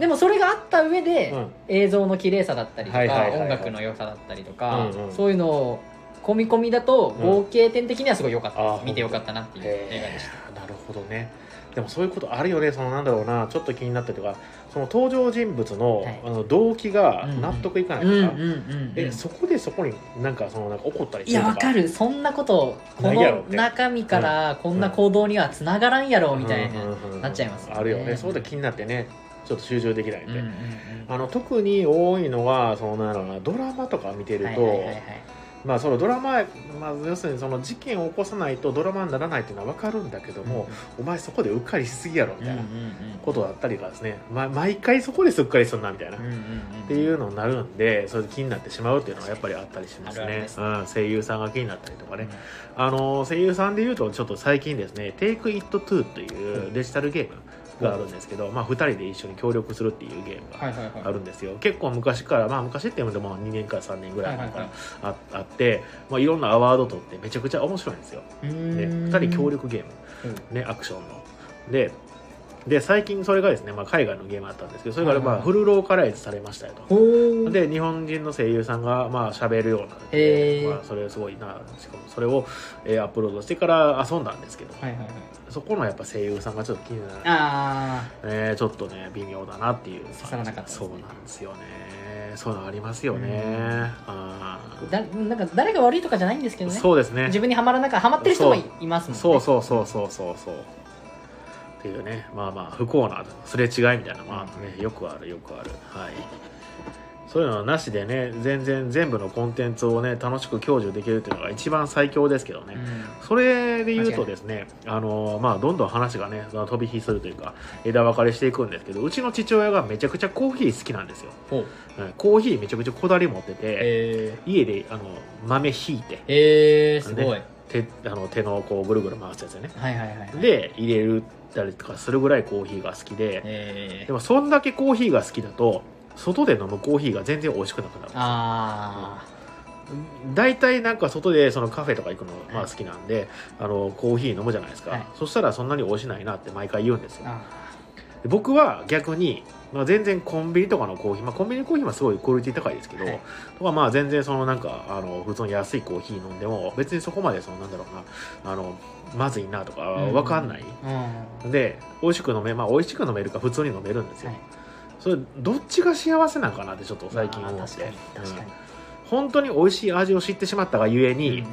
S2: でもそれがあった上で、
S1: うん
S2: 映像の綺麗さだったりとか、
S1: はいはいはいはい
S2: 音楽の良さだったりとか、
S1: うんうん
S2: そういうのを込み込みだと合計点的にはすごい良かったです、
S1: あー
S2: 見て良かったなっていう映画で
S1: へ
S2: した、
S1: ーなるほどねでもそういうことあるよねそのなんだろうなちょっと気になったりとかその登場人物の,、
S2: はい
S1: あの動機が
S2: うんうん
S1: 納得いかない
S2: うん
S1: と
S2: うん
S1: か、
S2: うんうん
S1: えそこでそこになんかそのなんか怒ったり
S2: い
S1: する
S2: や
S1: とか
S2: わかるそんなことこ
S1: ないやろ
S2: の
S1: って
S2: 中身からこんな行動にはつながらんやろみたいな、
S1: うんうんうん
S2: なっちゃいますよね
S1: あるよねそうだ気になってねちょっと集中できないん
S2: う
S1: で、
S2: んうんうん
S1: あの特に多いのはそのなんだろうなドラマとか見てると、
S2: はいはいはいはい
S1: まあそのドラマ、まあ、要するにその事件を起こさないとドラマにならないっていうのは分かるんだけども、お前そこでうっかりしすぎやろみたいなことだったりがですね、ま、毎回そこですっかりすんなみたいな、っ
S2: って
S1: いうのになるんでそれで気になってしまうっていうのはやっぱりあったりしますね
S2: あるあるです
S1: うん、声優さんが気になったりとかね、
S2: うん
S1: あの声優さんでいうとちょっと最近ですね「Take It To」というデジタルゲームがあるんですけど、まあ、2人で一緒に協力するっていうゲーム
S2: はい
S1: が
S2: はいはい
S1: あるんですよ、結構昔からまあ昔っていうのでも2年から3年ぐらい前か
S2: は
S1: らああって、まあ、いろんなアワード取ってめちゃくちゃ面白いんですよ、
S2: いはいはい
S1: ね、
S2: うーん
S1: 2人協力ゲーム
S2: うん
S1: ね、アクションの。で、で最近それがですね、まあ、海外のゲームだったんですけど、それがま
S2: はい
S1: あ
S2: はい
S1: フルローカライズされましたよと。
S2: ほー
S1: で、日本人の声優さんがまあ喋るようになの
S2: へ
S1: で、
S2: ー
S1: まあ、それすごいな、しかもそれを、えーアップロードしてから遊んだんですけど、
S2: はいはいはい
S1: そこのやっぱ声優さんがちょっと気になる、
S2: あ
S1: ね、ちょっとね、微妙だなっていう。
S2: 刺さらなかったです
S1: そう
S2: ね
S1: なんですよね。そういうのありますよね
S2: うん。
S1: あ
S2: ーだなんか誰が悪いとかじゃないんですけ
S1: ー
S2: どね
S1: そうですね。
S2: 自分にはまらなかハマってる人もい
S1: そ
S2: いますもんね
S1: そうそうそうそうそうそうっていうねまあまあ不幸なすれ違いみたいなまあね、よくあるよくあるはいそういうのはなしでね全然全部のコンテンツをね楽しく享受できるっていうのが一番最強ですけどね、
S2: うん
S1: それで言うとですね、あのまあ、どんどん話がね、その飛び火するというか、枝分かれしていくんですけど、うちの父親がめちゃくちゃコーヒー好きなんですよ。
S2: ほう
S1: うんコーヒーめちゃくちゃこだわり持ってて、
S2: えー
S1: 家であの豆ひいて、
S2: えー、すごい、
S1: ね手あの手のこうぐるぐる回すやつね。
S2: はいはいはいはい
S1: で入れるたりとかするぐらいコーヒーが好きで
S2: え
S1: で
S2: ー、
S1: もそんだけコーヒーが好きだと外で飲むコーヒーが全然美味しくなくなる
S2: あ
S1: 大体なんか外でそのカフェとか行くのまあ好きなんで、あのコーヒー飲むじゃないですか、
S2: はい
S1: そしたらそんなに美味しないなって毎回言うんです
S2: ー
S1: よ
S2: あ
S1: で僕は逆に、まあ、全然コンビニとかのコーヒー、まあ、コンビニコーヒーはすごいクオリティ高いですけど、
S2: はい
S1: とかまあ全然そのなんかあの普通の安いコーヒー飲んでも別にそこまでそのなんだろうなあのまずいなとか
S2: うん
S1: わかんない、
S2: うん
S1: で美味しく飲めまあ美味しく飲めるか普通に飲めるんですよ、
S2: はい
S1: それどっちが幸せなんかなってちょっと最近思って
S2: まあ確かに確か
S1: うん
S2: に、
S1: 本当に美味しい味を知ってしまったがゆえに、
S2: うん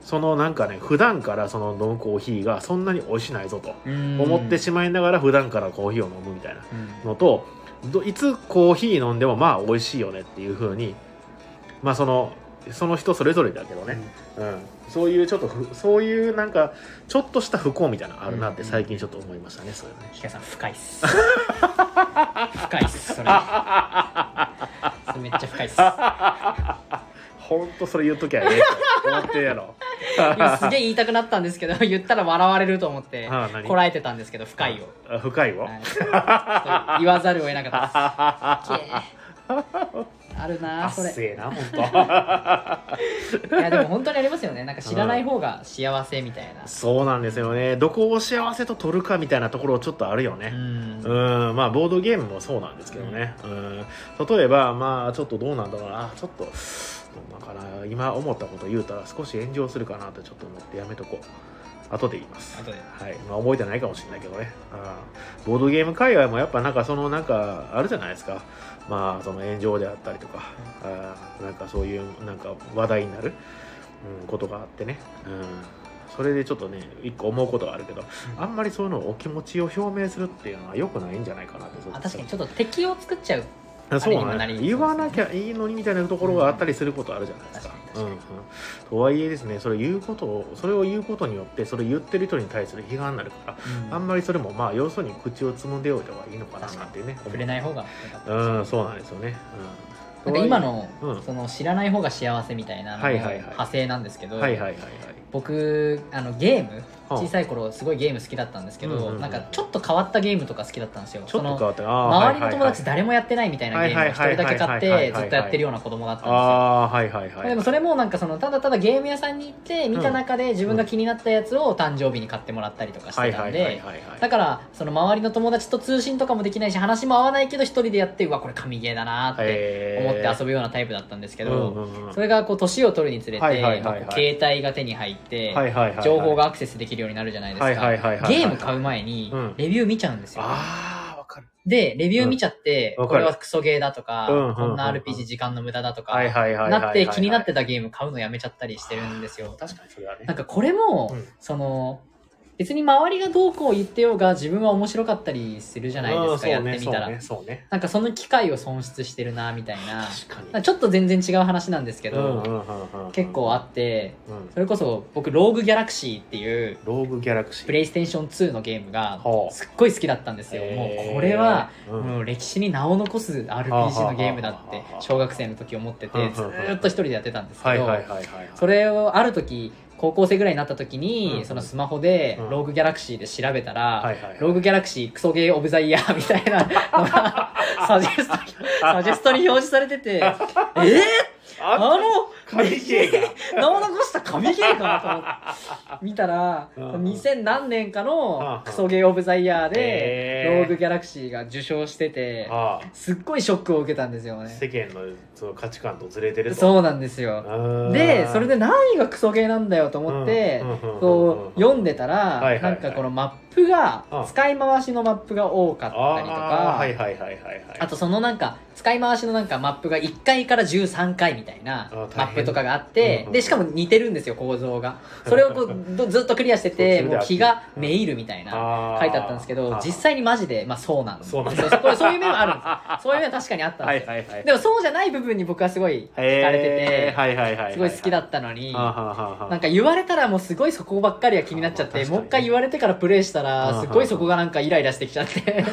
S1: そのなんかね普段からその飲むコーヒーがそんなに美味しないぞと
S2: うんうん
S1: 思ってしまいながら普段からコーヒーを飲むみたいな
S2: うん
S1: のとどいつコーヒー飲んでもまあ美味しいよねっていう風にまあそのその人それぞれだけどね、うん、そういうちょっとふそういうなんかちょっとした不幸みたいなのあるなって最近ちょっと思いましたねそれね
S2: ヒカさん深いっす深いっすそれそれめっちゃ深いっす
S1: ほんとそれ言っときゃええって思ってるやろ
S2: 今すげえ言いたくなったんですけど言ったら笑われると思って
S1: あ何
S2: こらえてたんですけど深いを、
S1: あ深いわ、
S2: はいちょっと言わざるを得なかったですある
S1: あ
S2: なあ
S1: っ
S2: それ
S1: せえな本
S2: いやでも本当にありますよねなんか知らない方が幸せみたいな
S1: 当 そうなんですよねどこを幸せと取るかみたいなところちょっとあるよね、
S2: うん
S1: うんまあボードゲームもそうなんですけどね、うん、例えばまあちょっとどうなんだろうなあちょっとどうなんかな今思ったこと言うたら少し炎上するかなとちょっと思ってやめとこう後で言います
S2: 後で
S1: はいまあ、覚えてないかもしれないけどね、うん、ボードゲーム界隈もやっぱなんかそのなんかあるじゃないですかまあその炎上であったりとか、あーなんかそういうなんか話題になる、うん、ことがあってね、うん、それでちょっとね一個思うことがあるけどあんまりそういうのをお気持ちを表明するっていうのは良くないんじゃないかなってずっと
S2: あ確かにちょっと敵を作っちゃう
S1: そう
S2: あれにも
S1: ね
S2: なり
S1: 言わなきゃいいのにみたいなところがあったりすることあるじゃないですか
S2: うん
S1: うん
S2: 確。かに
S1: うん、とはいえですねそれ言うことをそれを言うことによってそれ言ってる人に対する批判になるからあんまりそれもまあ要するに口をつむんでおいた方がいいのかななんてね
S2: 触れない方がよかったです
S1: うんそうなんですよね。う、
S2: なんんか今の,、
S1: うん
S2: その知らない方が幸せみたいなの
S1: はい
S2: の
S1: はいはい
S2: 派生なんですけど、
S1: はいはいはいはい
S2: 僕あのゲーム
S1: はあ
S2: 小さい頃すごいゲーム好きだったんですけど、
S1: うんうんうん
S2: なんかちょっと変わったゲームとか好きだったんですよ
S1: ちょっと変わった
S2: そ
S1: あ
S2: の
S1: ー
S2: 周りの友達誰もやってないみたいなゲームを一人だけ買っ
S1: はいはいはいはいはい
S2: て
S1: はい
S2: ずっとやってるような子供だったんですよ
S1: ああーはいはいはい
S2: でもそれもなんかそのただただゲーム屋さんに行って見た中で自分が気になったやつを誕生日に買ってもらったりとかし
S1: は
S2: て
S1: い
S2: た
S1: はいは
S2: ん
S1: い
S2: で
S1: はいはい
S2: だからその周りの友達と通信とかもできないし話も合わないけど一人でやってうわこれ神ゲーだなーって思って遊ぶようなタイプだったんですけど、
S1: うんうんうん
S2: それがこう年を取るにつれて、
S1: はいはいはいはい
S2: まあこう携帯が手に入って、
S1: はいはいはいはい
S2: 情報がアクセスできるようになるじゃないですか、
S1: はいはいはいはいはい
S2: ゲーム買う前に
S1: うん
S2: レビュー見ちゃうんですよ、
S1: ああわかる
S2: でレビュー見ちゃって、
S1: うんわ
S2: こ
S1: かる
S2: れはクソゲーだとか、
S1: うんうんうんうん
S2: こんな RPG 時間の無駄だとか、
S1: はいはいはいはいはいはい
S2: なって気になってたゲーム買うのやめちゃったりしてるんですよ
S1: 確かにそれはね
S2: なんかこれも、
S1: うん
S2: その別に周りがどうこう言ってようが自分は面白かったりするじゃないですか、やってみたら、
S1: うんそうねそうねそうね
S2: なんかその機会を損失してるなみたいな
S1: 確か
S2: なんか
S1: に
S2: ちょっと全然違う話なんですけ
S1: うんうん
S2: ど、
S1: うんうん
S2: 結構あって
S1: うん
S2: それこそ僕ローグギャラクシーっていう
S1: ローグギャラクシー
S2: プレイステーション2のゲームが
S1: ほう
S2: すっごい好きだったんですよ、
S1: へー
S2: もうこれは
S1: うん
S2: もう歴史に名を残す RPG のゲームだって
S1: はあはあ
S2: 小学生の時思っててずーっと一人でやってたんです
S1: は
S2: け
S1: いはいはい
S2: ど
S1: はいはい
S2: それをある時高校生ぐらいになった時
S1: うん
S2: にそのスマホで
S1: うん
S2: ローグギャラクシーで調べた
S1: は
S2: ら
S1: いはいはい
S2: ローグギャラクシークソゲーオブザイヤーみたいな のがサジェストサジェストに表示されててえーあ
S1: あ
S2: の
S1: 神ゲー
S2: 名を残した神ゲーかなと思って見たら
S1: うんうん
S2: 2000何年か
S1: うんう
S2: の
S1: ん
S2: クソゲーオブザイヤーで
S1: へー
S2: ローグギャラクシーが受賞してて
S1: あ
S2: すっごいショックを受けたんですよ
S1: あ
S2: ね
S1: 世間のその価値観とずれてると
S2: そうなんですよ
S1: う
S2: でそれで何がクソゲーなんだよと思ってこう読んでた
S1: はい
S2: ら
S1: はいは
S2: ないんかこのマップが
S1: うん
S2: 使い回しのマップが多かったりと
S1: ああはい
S2: か
S1: はいはいはいはい
S2: あとそのなんか使い回しのなんかマップが1回から13回みたいな
S1: あ
S2: マ
S1: 大変
S2: ップとかがあっ
S1: うん
S2: て
S1: うん
S2: でしかも似てるんですよ構造がそれを こうどずっとクリアしてて
S1: 途中
S2: も
S1: で
S2: う
S1: 飽き
S2: 気がめいるみたいな
S1: 書
S2: 書いてあったんですけど実
S1: 際
S2: 際にマジでまあそうなんです
S1: そうなん
S2: よそこれそういう面もあるんですよそういう面は確かにあったん
S1: は
S2: です
S1: い
S2: よ
S1: はいはい
S2: でもそうじゃない部分に僕はすごい
S1: へ
S2: 惹
S1: ー
S2: かれて
S1: はいはいはいは
S2: て
S1: い
S2: すごい好きだったのに
S1: あははは
S2: なんか言われたらもうすごいそこばっかりが気になっちゃっ
S1: あ
S2: て
S1: ー確かに
S2: もう一回言われてからプレイしたらすごいそこがなんかイライラしてきちゃって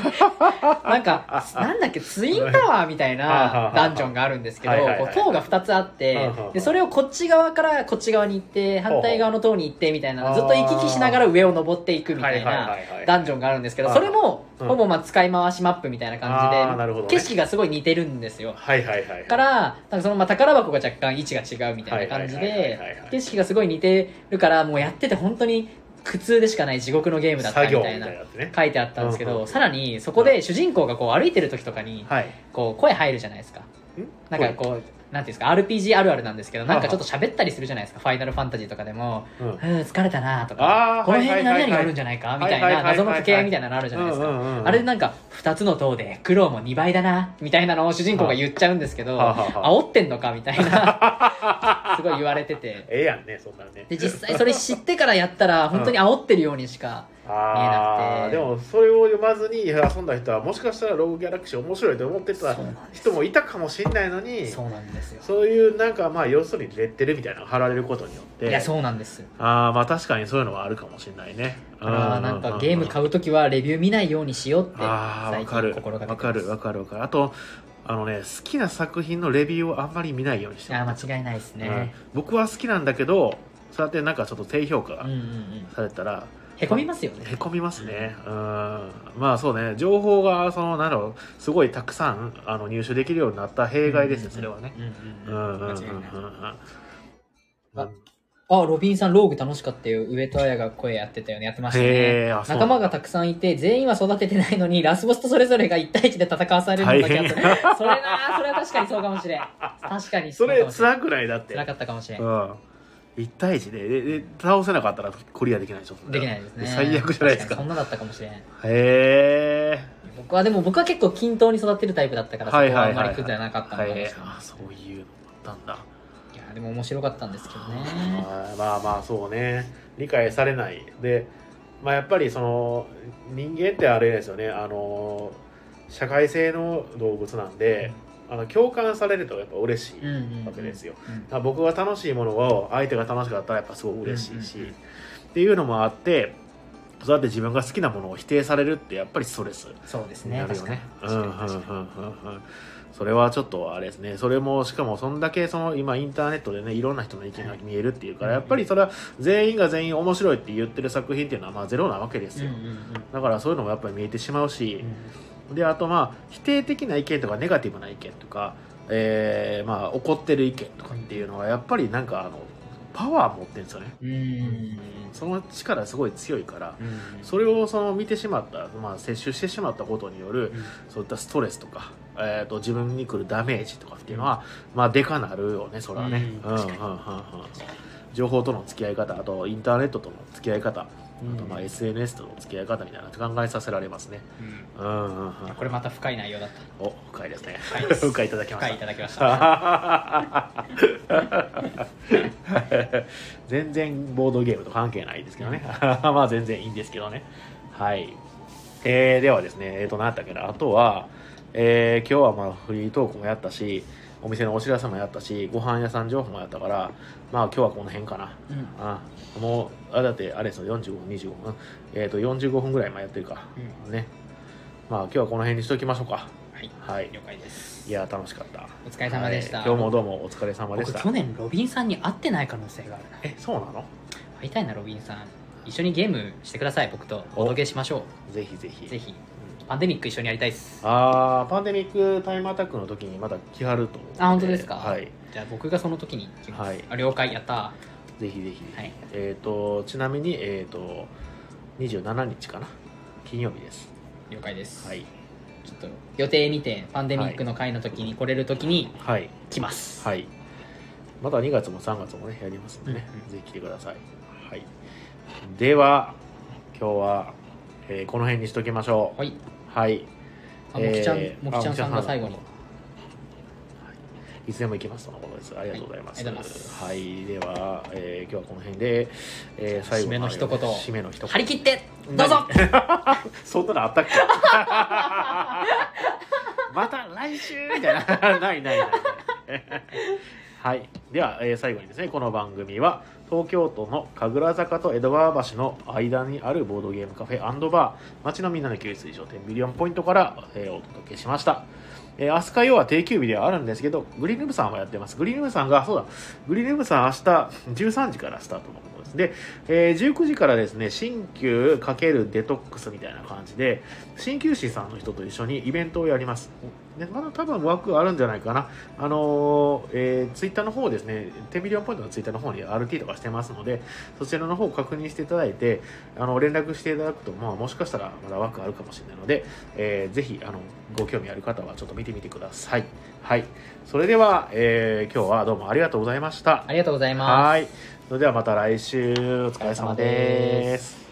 S2: なんかなんだっけツインタワーみたいなダンジョンがあるんですけど
S1: はいはいはい
S2: こう塔が2つあっ
S1: うん
S2: て
S1: うんうん
S2: でそれをこっち側からこっち側に行って反対側の塔に行ってみたいなずっと行き来しながら上を登っていくみたいなダンジョンがあるんですけどそれも
S1: うん
S2: ほぼまあ使い回しマップみたいな
S1: あーなる
S2: 感
S1: ほど
S2: じで
S1: ね
S2: 景色がすごい似てるんですよ
S1: はいはいはいはい
S2: からなんかそのまあ宝箱が若干位置が違うみたいな感じ
S1: はいはいはいはいはい
S2: で
S1: はい
S2: 景色がすごい似てるからもうやってて本当に苦痛でしかない地獄のゲームだったみ
S1: 作業み
S2: た
S1: たい
S2: い
S1: な
S2: な
S1: やつね
S2: 書いてあったんですけ
S1: うんう
S2: ど
S1: ん
S2: さらにそこで主人公がこう歩いてる時とかに
S1: はい
S2: こう声入るじゃないですかなんかこうなんていうんですか RPG あるあるなんですけどなんかちょっと喋ったりするじゃないですか「ファイナルファンタジー」とかでも
S1: う
S2: 「うんん疲れたな」と
S1: あー
S2: か「この辺に
S1: はい
S2: 何
S1: はいはいはい
S2: 々があるんじゃないか」みた
S1: は
S2: い
S1: いはい
S2: な
S1: はいはいはい
S2: 謎の掛け合いみたいなのあるじゃないです
S1: うんうんうんう
S2: か
S1: ん
S2: あれでなんか2つの塔で苦労も2倍だなみたいなのを主人公が言っちゃうんですけど
S1: はあはあはあ
S2: 煽ってんのかみたいな すごい言われてて
S1: ええやんねそんなんね
S2: で実際それ知ってからやったら本当に煽ってるようにしか
S1: ああ
S2: 見えなくて
S1: でもそれを読まずに遊んだ人はもしかしたらローグギャラクシー面白いと思ってた
S2: そうなんです
S1: 人もいたかもしれないのに
S2: そうなんですよ
S1: そういうなんかまあ要するにレッテルみたいなのが貼られることによって
S2: いやそうなんですよ
S1: ああまあ確かにそういうのはあるかもしれないね
S2: だからなん
S1: う
S2: か
S1: う
S2: ゲーム買うときはレビュー見ないようにしようって
S1: ああわ
S2: 最
S1: か
S2: 近
S1: る
S2: 心がけてます
S1: わかるわかるわかるあとあのね好きな作品のレビューをあんまり見ないようにして
S2: あ
S1: ま
S2: ー間違いないです
S1: うん
S2: ね、
S1: 僕は好きなんだけどそうやってなんかちょっと低評価
S2: う
S1: が
S2: んうんうん
S1: されたら、
S2: へこみますよね
S1: へこみますねうんまあそうね情報がそのなんだろうすごいたくさんあの入手できるようになった弊害ですねそれはね
S2: うん
S1: う
S2: うん
S1: うんん
S2: う
S1: うんうん
S2: ん間違いない
S1: うん
S2: あロビンさんローグ楽しかったよ上戸彩が声やってたよねやってましたね
S1: へえあそう
S2: 仲間がたくさんいて全員は育ててないのにラスボスとそれぞれが1対1で戦わされるのだけあってそれなそれは確かにそうかもしれん確かに
S1: そう
S2: か
S1: れ
S2: もしれん
S1: 辛くないだって
S2: 辛かったかもしれん
S1: うん1対1ででで倒せなかったらクリアできないでしょ
S2: できないですね
S1: 最悪じゃないですか
S2: 確にそんなだったかもしれん
S1: へえ
S2: 僕はでも僕は結構均等に育てるタイプだったからそこ
S1: はい
S2: は
S1: は
S2: あ
S1: い
S2: んま
S1: はい
S2: り苦じゃなかったのかもしれない
S1: へーあそういうのもあったんだ
S2: いやでも面白かったんですけどね
S1: あーまあまあそうね理解されないで、まあ、やっぱりその人間ってあれですよねあの社会性の動物なんであの共感されるとやっぱ嬉しい、
S2: うんうんうん
S1: わけですよ
S2: うん
S1: あ僕が楽しいものを相手が楽しかったらやっぱすごい嬉しいし、
S2: うんうんうん
S1: っていうのもあってそうやって自分が好きなものを否定されるってやっぱりストレス
S2: そうですね
S1: なる
S2: 確
S1: よ
S2: かに
S1: ね。うんうんうんう
S2: 確
S1: ん
S2: かに確かに
S1: うんそれはちょっとあれですね。それもしかもそんだけその今インターネットでねいろんな人の意見が見えるっていうから
S2: は
S1: や
S2: い
S1: っぱりそれは全員が全員面白いって言ってる作品っていうのはまあゼロなわけです
S2: うん
S1: よ
S2: う。んうん
S1: だからそういうのもやっぱり見えてしまうし、であとまあ否定的な意見とかネガティブな意見とか、えーまあ怒ってる意見とかっていうのはやっぱりなんかあのパワー持ってるんですよね。
S2: うんうん
S1: その力すごい強いから。
S2: うん
S1: それをその見てしまった、まあ、摂取してしまったことによる、そういったストレスとか、えー、と自分に来るダメージとかっていうのは、まあ、でかなるよね、それはね。
S2: う
S1: うんんうんうんうん情報との付き合い方、あとインターネットとの付き合い方、
S2: うん
S1: あとまあ SNS との付き合い方みたいなのを考えさせられますね。
S2: うん
S1: うんうんうん、
S2: これまた深い内容だった
S1: お深いですね。
S2: 深いで す
S1: 深いいただきま
S2: 深い
S1: し
S2: いただきました
S1: た。 全然ボードゲームと関係ないですけどね。 まあ全然いいんですけどね。はい。えーではですね、えっ、と、なんだったっけな、あとは、えー今日はまあフリートークもやったし、お店のお知らせもやったし、ご飯屋さん情報もやったから、まあ今日はこの辺かな。
S2: うん
S1: あもう、あ、だって、あれですよ、45分、25分。えっ、と、45分ぐらい前やってるか。ね。まあ今日はこの辺にしときましょうか。
S2: はい
S1: はい。
S2: 了解です
S1: いやー、楽しかった。
S2: お疲れ様でした
S1: はい今日もどうもお疲れ様でし
S2: 僕
S1: た
S2: 去。年ロビンさんに会ってない可能性があるな
S1: え、そうなの
S2: 会いたいなロビンさん一緒にゲームしてください僕とお届けしましょ
S1: ぜひぜひ。
S2: うぜひ
S1: うん
S2: パンデミック一緒にやりたいっす
S1: あー、パンデミックタイムアタックの時にまだ来はると思うの。
S2: あ本当ですか
S1: はい。
S2: じゃあ僕がその時に行きます、
S1: はい
S2: あ了解やった
S1: ぜひぜひ。
S2: はい
S1: えっ、と、ちなみに、えっ、と、27日かな。金曜日です。
S2: 了解です、
S1: はい。
S2: ちょっと予定見てパンデミックの会の時に来れる時に
S1: はい。
S2: 来ます、
S1: はい。また2月も3月もね、やりますんでね
S2: うんうん。
S1: ぜひ来てください。はい。では、今日は、えーこの辺にしときましょう。
S2: はい
S1: はい。
S2: あもきちゃん、
S1: えー
S2: もきちゃんさんが最後に
S1: あもいつでも行きますとのことです。ありがとうございます。
S2: はいありがとうございます
S1: はいでは、えー今日はこの辺で、えー最後
S2: 締めの一言
S1: 締めの一言。
S2: 張り切ってどうぞ
S1: 何そんなのあったっけ また来週みたいな。 ないないない。はい、では、えー最後にですねこの番組は東京都の神楽坂と江戸川橋の間にあるボードゲームカフェバー町のみんなの給水所店ビリオンポイントから、えーお届けしました、えー、明日火曜は定休日ではあるんですけどグリーンルームさんはやってますグリーンルームさんがそうだグリーンルームさん明日13時からスタートのことですで、えー19時からですね新旧×デトックスみたいな感じで鍼灸師さんの人と一緒にイベントをやりますでまだ多分枠あるんじゃないかなあのーえーツイッターの方ですね、テンビリオンポイントのツイッターの方に RT とかしてますので、そちらの方確認していただいて、あの、連絡していただくと、まあ、もしかしたらまだ枠あるかもしれないので、えーぜひ、あの、ご興味ある方はちょっと見てみてください。はい。それでは、えー今日はどうもありがとうございました
S2: あ。りがとうございます
S1: はい。それではまた来週、お疲れ様
S2: お疲れ様
S1: で。
S2: です